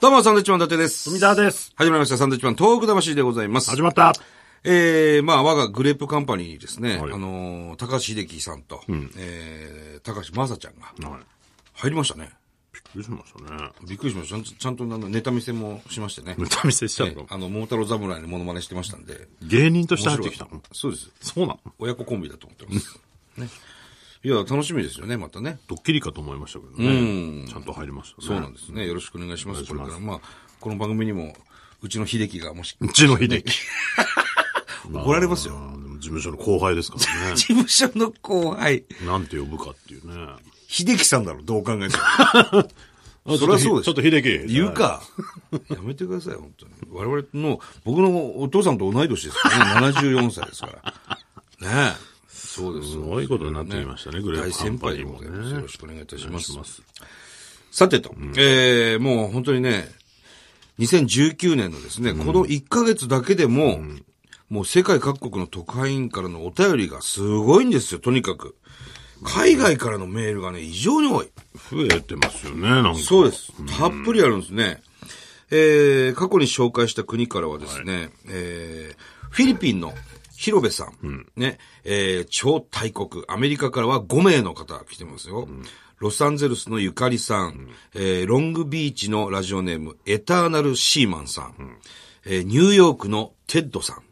どうも、サンドウィッチマン伊達です。富澤です。始まりました、サンドウィッチマン、東北魂でございます。始まった。えー、まあ、我がグレープカンパニーにですね、はいあのー高橋秀樹さんと、えー、高橋正ちゃんがはい。入りましたね。びっくりしましたね。びっくりしました。ちゃんと、ちゃんとなんかネタ見せもしましてね。ネタ見せしちゃうえーのあの、桃太郎侍のモノマネしてましたんで。芸人として入ってきたの面白かったそうです。そうなの親子コンビだと思ってます。ね。いや、楽しみですよね、またね。ドッキリかと思いましたけどね。ちゃんと入りましたね。そうなんですね。よろしくお願いします。こおれ願かいしら、まあ、この番組にも、うちの秀樹がもし、うちの秀樹。怒られますよ。あーでも事務所の後輩です からね。事務所の後輩、なんて呼ぶかっていうね。秀樹さんだろ、どう考えて も。そりゃそうですちょっと秀樹。言うか。やめてください、本当に。我々の、僕のお父さんと同い年ですからね、74歳ですから。ねえ。そうです。すごいことになってきましたねグレープ大カン先パ輩ニでーござもねいます。よろしくお願いいたします。しますさてと、えー、もう本当にね、2019年のですね、この1ヶ月だけでも、もう世界各国の特派員からのお便りがすごいんですよ、とにかく。海外からのメールがね、異常に多い。増えてますよね、なんか。そうです。たっぷりあるんですね。えー、過去に紹介した国からはですね、えー、フィリピンの広部さん、ね、えー、超大国、アメリカからは5名の方来てますよ。ロサンゼルスのゆかりさん、えー、ロングビーチのラジオネーム、エターナルシーマンさん、えー、ニューヨークのテッドさん、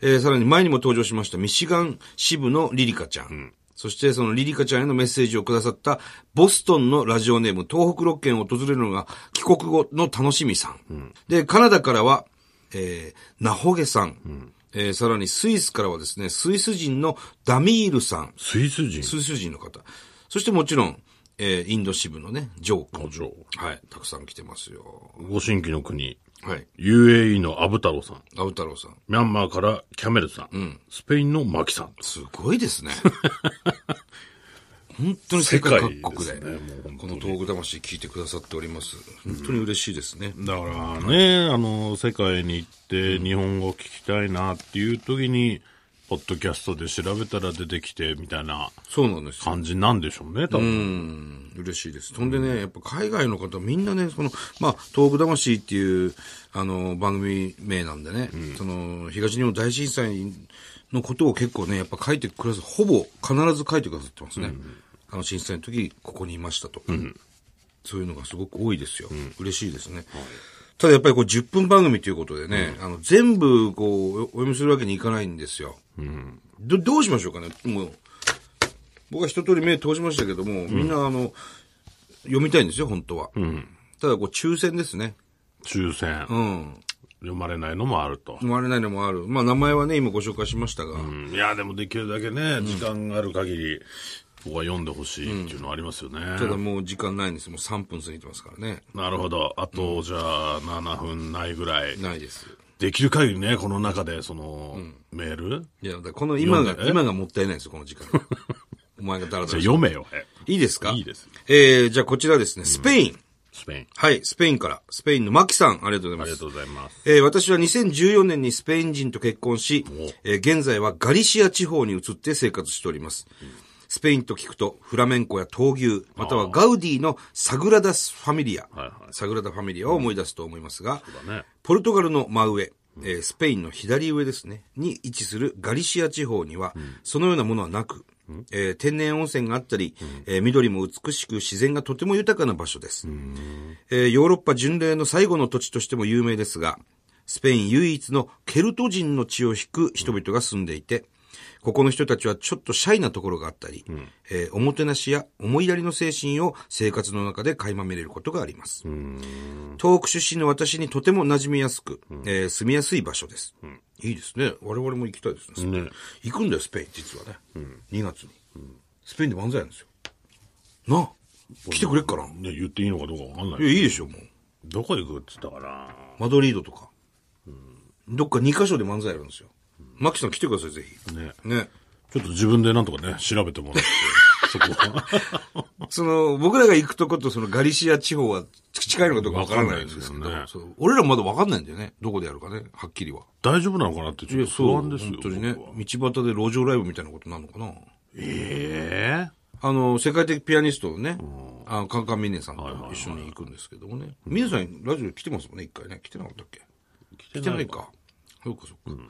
えーさらに前にも登場しましたミシガン支部のリリカちゃん。そしてそのリリカちゃんへのメッセージをくださったボストンのラジオネーム東北6県を訪れるのが帰国後の楽しみさん。で、カナダからは、えー、ナホゲさん。えーさらにスイスからはですね、スイス人のダミールさん。スイス人。スイス人の方。そしてもちろん、えーインド支部のね、ジョー君。ジョーはい。たくさん来てますよ。ご新規の国。はい。 UAE のアブ太郎さん。アウ太郎さん。ミャンマーからキャメルさん。スペインのマキさん。すごい ですね。本当に世界各国で、世界ですねもう本この東北魂聞いてくださっております。本当に嬉しいですね。だからね、あの、世界に行って日本語聞きたいなっていう時に、ポッドキャストで調べたら出てきてみたいなそうなんですよ。感じなんでしょうね、多う分。ん、嬉しいです。とんでね、やっぱ海外の方みんなね、その、まあ、東北魂っていう、あの、番組名なんでね、その、東日本大震災のことを結構ね、やっぱ書いてくださほぼ必ず書いてくださってますね。あの、震災の時、ここにいましたとか。そういうのがすごく多いですよ。嬉しいですね。ただやっぱりこう10分番組ということでね、あの全部こうおお読みするわけにいかないんですよ。どどうしましょうかねもう、僕は一通り目通しましたけども、みんなあの、読みたいんですよ、本当は。ただこう抽選ですね。抽選、うん。読まれないのもあると。生まれないのもある。まあ名前はね、今ご紹介しましたが、うんいや、でもできるだけね、時間がある限り、僕は読んでほしいっていうのはありますよね。ただもう時間ないんですもう3分過ぎてますからね。なるほど。あと、じゃあ、7分ないぐらい。ないです。できる限りね、この中で、その、メールいや、だからこの今が読ん、で今がもったいないですよ、この 時間。お前がだらだじゃあら。読めよ。えいいですかいいです。えー、じゃあこちらですね、スペイン。スペイン。はい、スペインから。スペインのマキさん、ありがとうございあまりすが。とうございます。えー私は2014年にスペイン人と結婚し、えー現在はガリシア地方に移って生活しております。スペインと聞くと、フラメンコや闘牛、またはガウディのサグラダ・ファミリア、はいはいサグラダ・ファミリアを思い出すと思いますが、だねポルトガルの真上、えースペインの左上ですね、に位置するガリシア地方には、そのようなものはなく、えー天然温泉があったり、えー緑も美しく自然がとても豊かな場所です。えーヨーロッパ巡礼の最後の土地としても有名ですが、スペイン唯一のケルト人の血を引く人々が住んでいて、ここの人たちはちょっとシャイなところがあったり、えーおもてなしや思いやりの精神を生活の中で垣間見れることがあります。東北出身の私にとても馴染みやすく、えー住みやすい場所です、いいですね。我々も行きたいですね。スペインね行くんだよ、スペイン、実はね。2月に、スペインで漫才なんですよ。なあ来てくれっかな、いね、言っていいのかどうかわかんないけどや、いいでしょ、もう。どこ行くって言ったから、マドリードとか。どっか2カ所で漫才やるんですよ。マキさん来てください、ぜひ。ね、ね。ちょっと自分でなんとかね、調べてもらって、そこ は。その、僕らが行くとこと、そのガリシア地方は近いのかどうかわからないんですけど、わかんないですそう俺らもまだわかんないんだよね。どこでやるかね、はっきりは。大丈夫なのかなって、ちょっと不安ですよ。本当にね僕は、道端で路上ライブみたいなことになるのかな。ええあの、世界的ピアニストのね、あのカンカンミネさんと一緒に行くんですけどもね。ミネさん、ラジオ来てますもんね、一回ね。来てなかったっけ来てないか。そうか、そうか。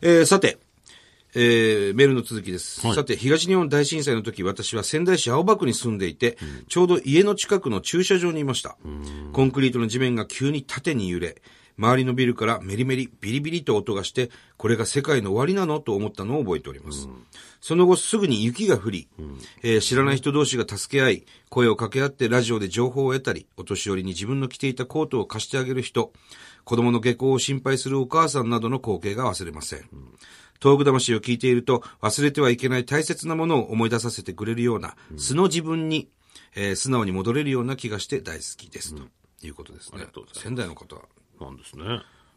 えーさて、えーメールの続きです。さて、東日本大震災の時、私は仙台市青葉区に住んでいて、ちょうど家の近くの駐車場にいました。コンクリートの地面が急に縦に揺れ、周りのビルからメリメリ、ビリビリと音がして、これが世界の終わりなのと思ったのを覚えております。その後すぐに雪が降り、えー知らない人同士が助け合い、声を掛け合ってラジオで情報を得たり、お年寄りに自分の着ていたコートを貸してあげる人、子供の下校を心配するお母さんなどの光景が忘れません。東北魂を聞いていると忘れてはいけない大切なものを思い出させてくれるような素の自分に、えー素直に戻れるような気がして大好きです。ということですね。りがとうございます仙台の方なんですね。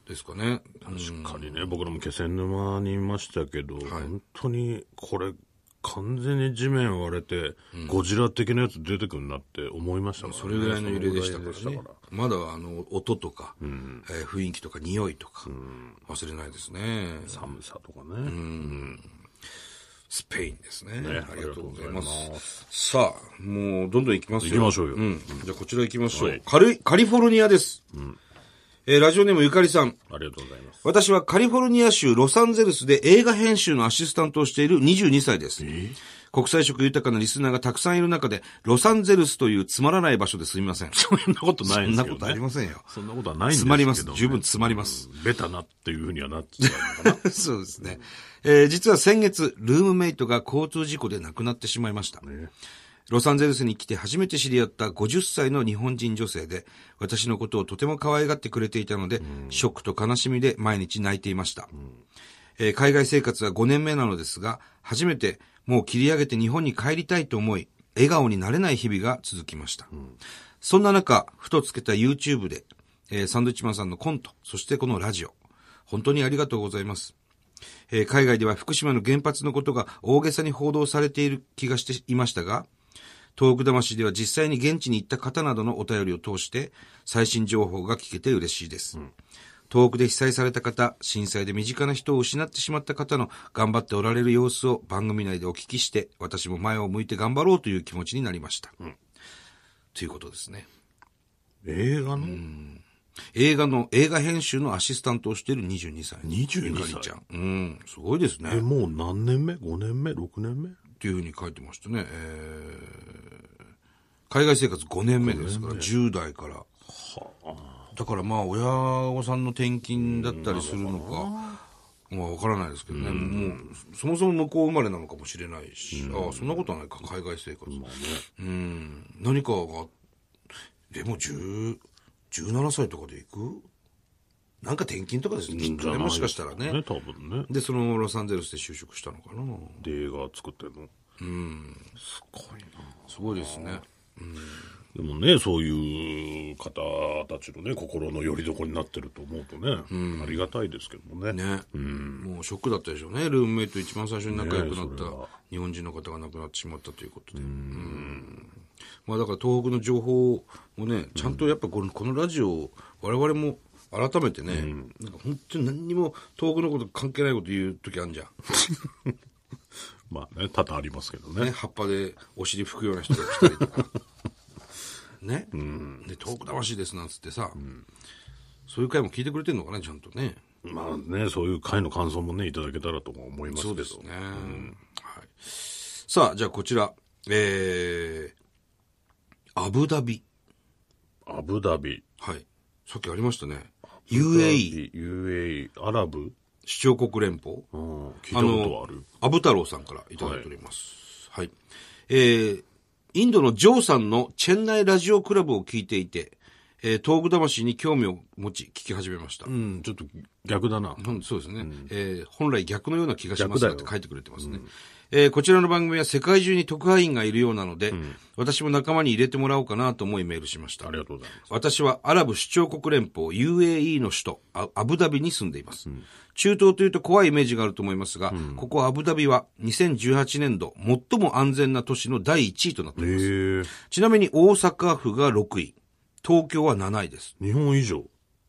ですかね。しっかりね、僕らも気仙沼にいましたけど、本当にこれ、完全に地面割れて、ゴジラ的なやつ出てくるなって思いましたからねそれぐらいの揺れでしたからそのぐねらいでし。まだあの、音とか、えー雰囲気とか匂いとか、忘れないですね。たから寒さとかね。スペインですね。ねありがとうございます。ありがとうございさあ、もうどんどん行きますよ。行きましょうよん。じゃあこちら行きましょう。はいカリカリフォルニアです。えーラジオネームゆかりさん。ありがとうございます。私はカリフォルニア州ロサンゼルスで映画編集のアシスタントをしている22歳です。国際色豊かなリスナーがたくさんいる中で、ロサンゼルスというつまらない場所ですみません。 そんなことないんですけど、そんなこね。とありませんよそんなことはないんですけど、ね。詰まります十分詰まりますうん。ベタなっていうふうにはなっちゃうのか な。そうですね。えー実は先月、ルームメイトが交通事故で亡くなってしまいま した。ロサンゼルスに来て初めて知り合った50歳の日本人女性で、私のことをとても可愛がってくれていたので、ショックと悲しみで毎日泣いていました。えー海外生活は5年目なのですが、初めてもう切り上げて日本に帰りたいと思い、笑顔になれない日々が続きました。そんな中、ふとつけた YouTube で、えーサンドイッチマンさんのコント、そしてこのラジオ、本当にありがとうございます。えー海外では福島の原発のことが大げさに報道されている気がしていましたが、東北魂では実際に現地に行った方などのお便りを通して、最新情報が聞けて嬉しいです。東北で被災された方、震災で身近な人を失ってしまった方の頑張っておられる様子を番組内でお聞きして、私も前を向いて頑張ろうという気持ちになりました。ということですね。映画の、映画の、映画編集のアシスタントをしている22歳。 22歳ゆかりちゃん。うん。すごいですね。え、もう何年目 ?5 年目 ?6 年目っていうふうに書いてましたね。えー海外生活5年目ですから、10代から。だからまあ、親御さんの転勤だったりするのか、まあわからないですけどね。もう、そもそも向こう生まれなのかもしれないし、ああ、そんなことはないか、海外生活。うん。何かが、でも10、17歳とかで行くなんか転勤とかですね、きっとね、もしかしたらね、ね。多分ね。で、そのロサンゼルスで就職したのかな。で、映画作ってるの。すごいですね。でもね、そういう方たちのね、心の拠り所になってると思うとね、ありがたいですけどもね。ね、もうショックだったでしょうね、ルームメイト一番最初に仲良くなっねえそれはた日本人の方が亡くなってしまったということで、うんまあ、だから東北の情報もね、ちゃんとやっぱこのこのラジオを、我々も改めてね、なんか本当に何にも東北のこと関係ないこと言う時あるじゃん、まあね、多々ありますけどね。ね、葉っぱでお尻拭くような人が来たりとか、ね、で東北魂ですなんつってさ、そういう回も聞いてくれてるのかな、ちゃんとね。まあね、そういう回の感想もね、いただけたらとも思いますけそど。うですね、はい。さあ、じゃあこちら、えー、アブダビ。アブダビ。はい。さっきありましたね。UAE、 UAE。アラブ首長国連邦。うん。聞いたことはある。アブ太郎さんからいただいております。はい。えー、インドのジョーさんのチェンナイラジオクラブを聞いていて、えー、東北魂に興味を持ち、聞き始めました。うん、ちょっと逆だな。うんそうですね、えー本来逆のような気がしま逆すだがよって書いてくれてますね、えーこちらの番組は世界中に特派員がいるようなので、私も仲間に入れてもらおうかなと思いメールしましたありがとうございます。私はアラブ首長国連邦 UAE の首都アアブダビに住んでいます、中東というと怖いイメージがあると思いますが、ここアブダビは2018年度最も安全な都市の第1位となっていえます、ー、ちなみに大阪府が6位東京は7位です日本以上。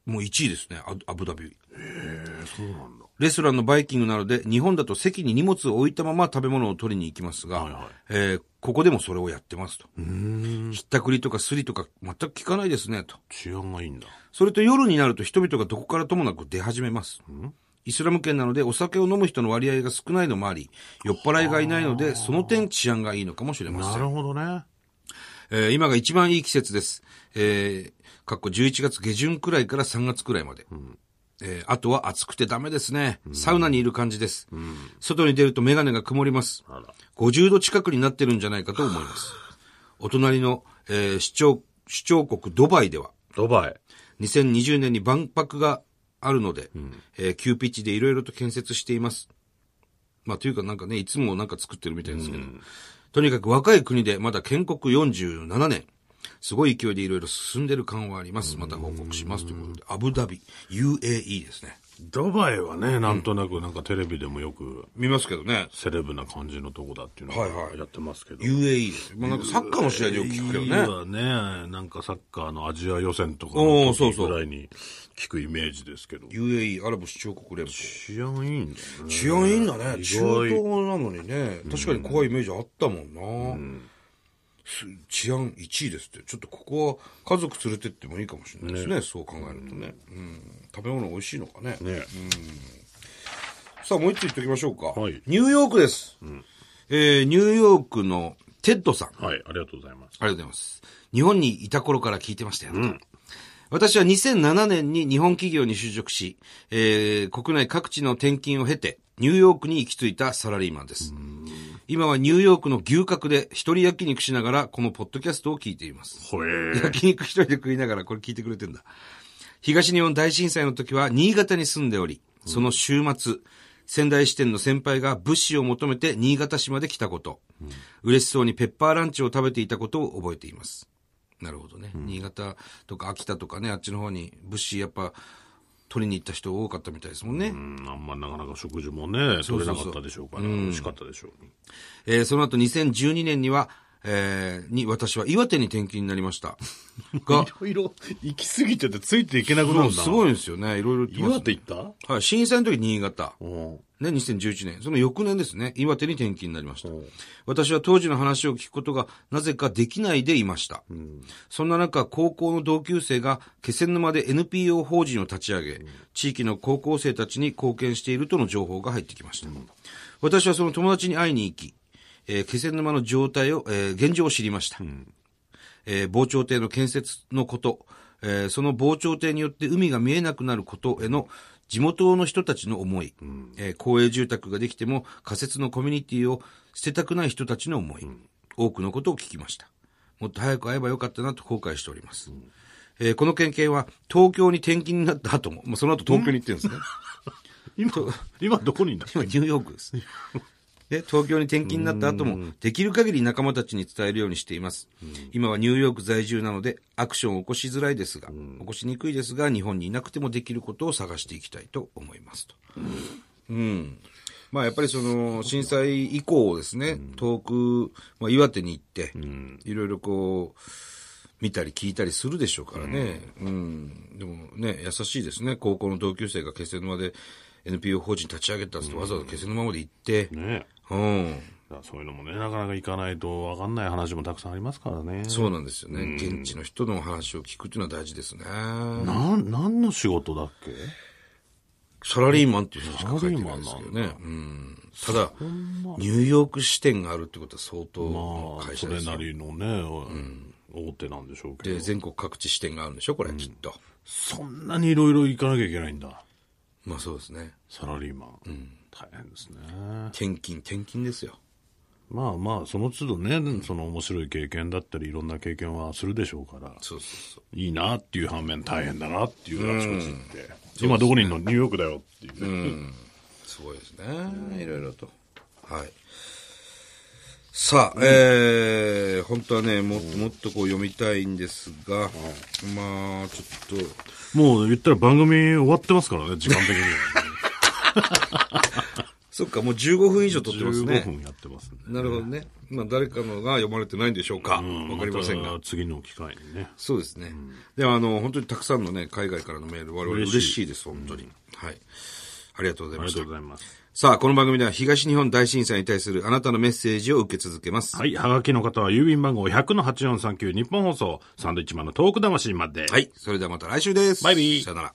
もう1位ですねアアブダビえー、そうなんだ。レストランのバイキングなどで日本だと席に荷物を置いたまま食べ物を取りに行きますが、はいはいえーここでもそれをやってますと。ひったくりとかスリとか全く聞かないですねと。治安がいいんだ。それと夜になると人々がどこからともなく出始めます。イスラム圏なのでお酒を飲む人の割合が少ないのもあり、酔っ払いがいないので、その点治安がいいのかもしれませんな。るほどね。えー今が一番いい季節です。えー、かっこ11月下旬くらいから3月くらいまで。えーあとは暑くてダメですね。サウナにいる感じです。外に出るとメガネが曇ります。50度近くになってるんじゃないかと思います。お隣の、えー、市長、市長国ドバイでは、ドバイ。 2020年に万博があるので、えー急ピッチでいろいろと建設しています。まあ、というかなんかね、いつもなんか作ってるみたいですけど、とにかく若い国でまだ建国47年、すごい勢いでいろいろ進んでる感はあります。また報告しますということで、アブダビ、UAE ですね。ドバイはね、なんとなくなんかテレビでもよく見ますけどね。セレブな感じのとこだっていうのはいはいやってますけど。 UAE です。まあ、なんかサッカーの試合でよく聞くけどね。はね、なんかサッカーのアジア予選とかおのーそうそ時うぐらいに聞くイメージですけど。 UAE、アラブ首長国連邦。治安いいんだね。治安いいんだね。意中外東なのにね。確かに怖いイメージあったもんな。す治安1位ですって。ちょっとここは家族連れてってもいいかもしれないですね。そう考えるとね、うん食べ物美味しいのかね。ね。さあもう一つ言っておきましょうか。はいニューヨークです、えーニューヨークのテッドさん。はい、ありがとうございます。ありがとうございます。日本にいた頃から聞いてましたよ。私は2007年に日本企業に就職し、えー国内各地の転勤を経て、ニューヨークに行き着いたサラリーマンです。今はニューヨークの牛角で一人焼肉しながらこのポッドキャストを聞いています。ほえー。焼肉一人で食いながらこれ聞いてくれてんだ。東日本大震災の時は新潟に住んでおり、その週末、仙台支店の先輩が物資を求めて新潟市まで来たこと、嬉しそうにペッパーランチを食べていたことを覚えています。なるほどね。新潟とか秋田とかね、あっちの方に物資やっぱ取りに行った人多かったみたいですもんね。うん、あんまなかなか食事もね、取れなかったでしょうから、美味しかったでしょう。えーその後2012年には、えーに私は岩手に転勤になりま した。が、いろいろ行き過ぎててついていけなくなもるうんだ。すごいんですよね。いろいろ言ってますね岩手行ったはい、震災の時新潟。うん。ね、2011年。その翌年ですね、岩手に転勤になりました。私は当時の話を聞くことがなぜかできないでいました。そんな中、高校の同級生が気仙沼で NPO 法人を立ち上げ、地域の高校生たちに貢献しているとの情報が入ってきました。私はその友達に会いに行き、えー気仙沼の状態を、えー現状を知りました。えー防潮堤の建設のこと、えーその防潮堤によって海が見えなくなることへの地元の人たちの思い、えー公営住宅ができても仮設のコミュニティを捨てたくない人たちの思い、多くのことを聞きました。もっと早く会えばよかったなと後悔しております。えーこの県警は東京に転勤になった後も、もうその後東京に行ってるんですね。今、今どこにいんだ今ニューヨークです。で、東京に転勤になった後も、できる限り仲間たちに伝えるようにしています。今はニューヨーク在住なので、アクションを起こしづらいですが、起こしにくいですが、日本にいなくてもできることを探していきたいと思いますと。うん。まあやっぱりその、震災以降ですね、遠く、まあ岩手に行って、いろいろこう、見たり聞いたりするでしょうからね。うん。でもね、優しいですね。高校の同級生が気仙沼で NPO 法人立ち上げたっつって、わざわざ気仙沼まで行って。ねうん。だからそういうのもね、なかなか行かないと分かんない話もたくさんありますからね。そうなんですよね。現地の人の話を聞くっていうのは大事ですね。なん、何の仕事だっけサラリーマンっていう人しか書いてないですけどね。うん。ただ、ニューヨーク支店があるってことは相当のまあ、会そ社でれすよなりのね、大手なんでしょうけで、ど。全国各地支店があるんでしょこれ、きっと。そんなにいろいろ行かなきゃいけないんだ。まあそうですね。サラリーマン。大変ですね。転勤、転勤ですよ。まあまあ、その都度ね、その面白い経験だったり、いろんな経験はするでしょうから、そうそういいなっていう反面大変だなっていうあちこち行って、今どこにいるのニューヨークだよっていうね。そう。すごいですね。いろいろと。はい。さあ、えー、本当はね、もっともっとこう読みたいんですが、まあ、ちょっと、もう言ったら番組終わってますからね、時間的には。そっか、もう15分以上撮ってます15ね。分やってますね。なるほどね。まあ、誰かのが読まれてないんでしょうか。わ、かりませんが。た次の機会にね。そうですね。でも、あの、本当にたくさんのね、海外からのメール、我々嬉しい嬉しいです、本当に。はい。ありがとうございまありがしたとう。ございます。さあ、この番組では東日本大震災に対するあなたのメッセージを受け続けます。ははい。はがきの方は郵便番号100-8439日本放送サンドイッチマンのトーク魂まで。い。それではまた来週です。バイビーさよなら。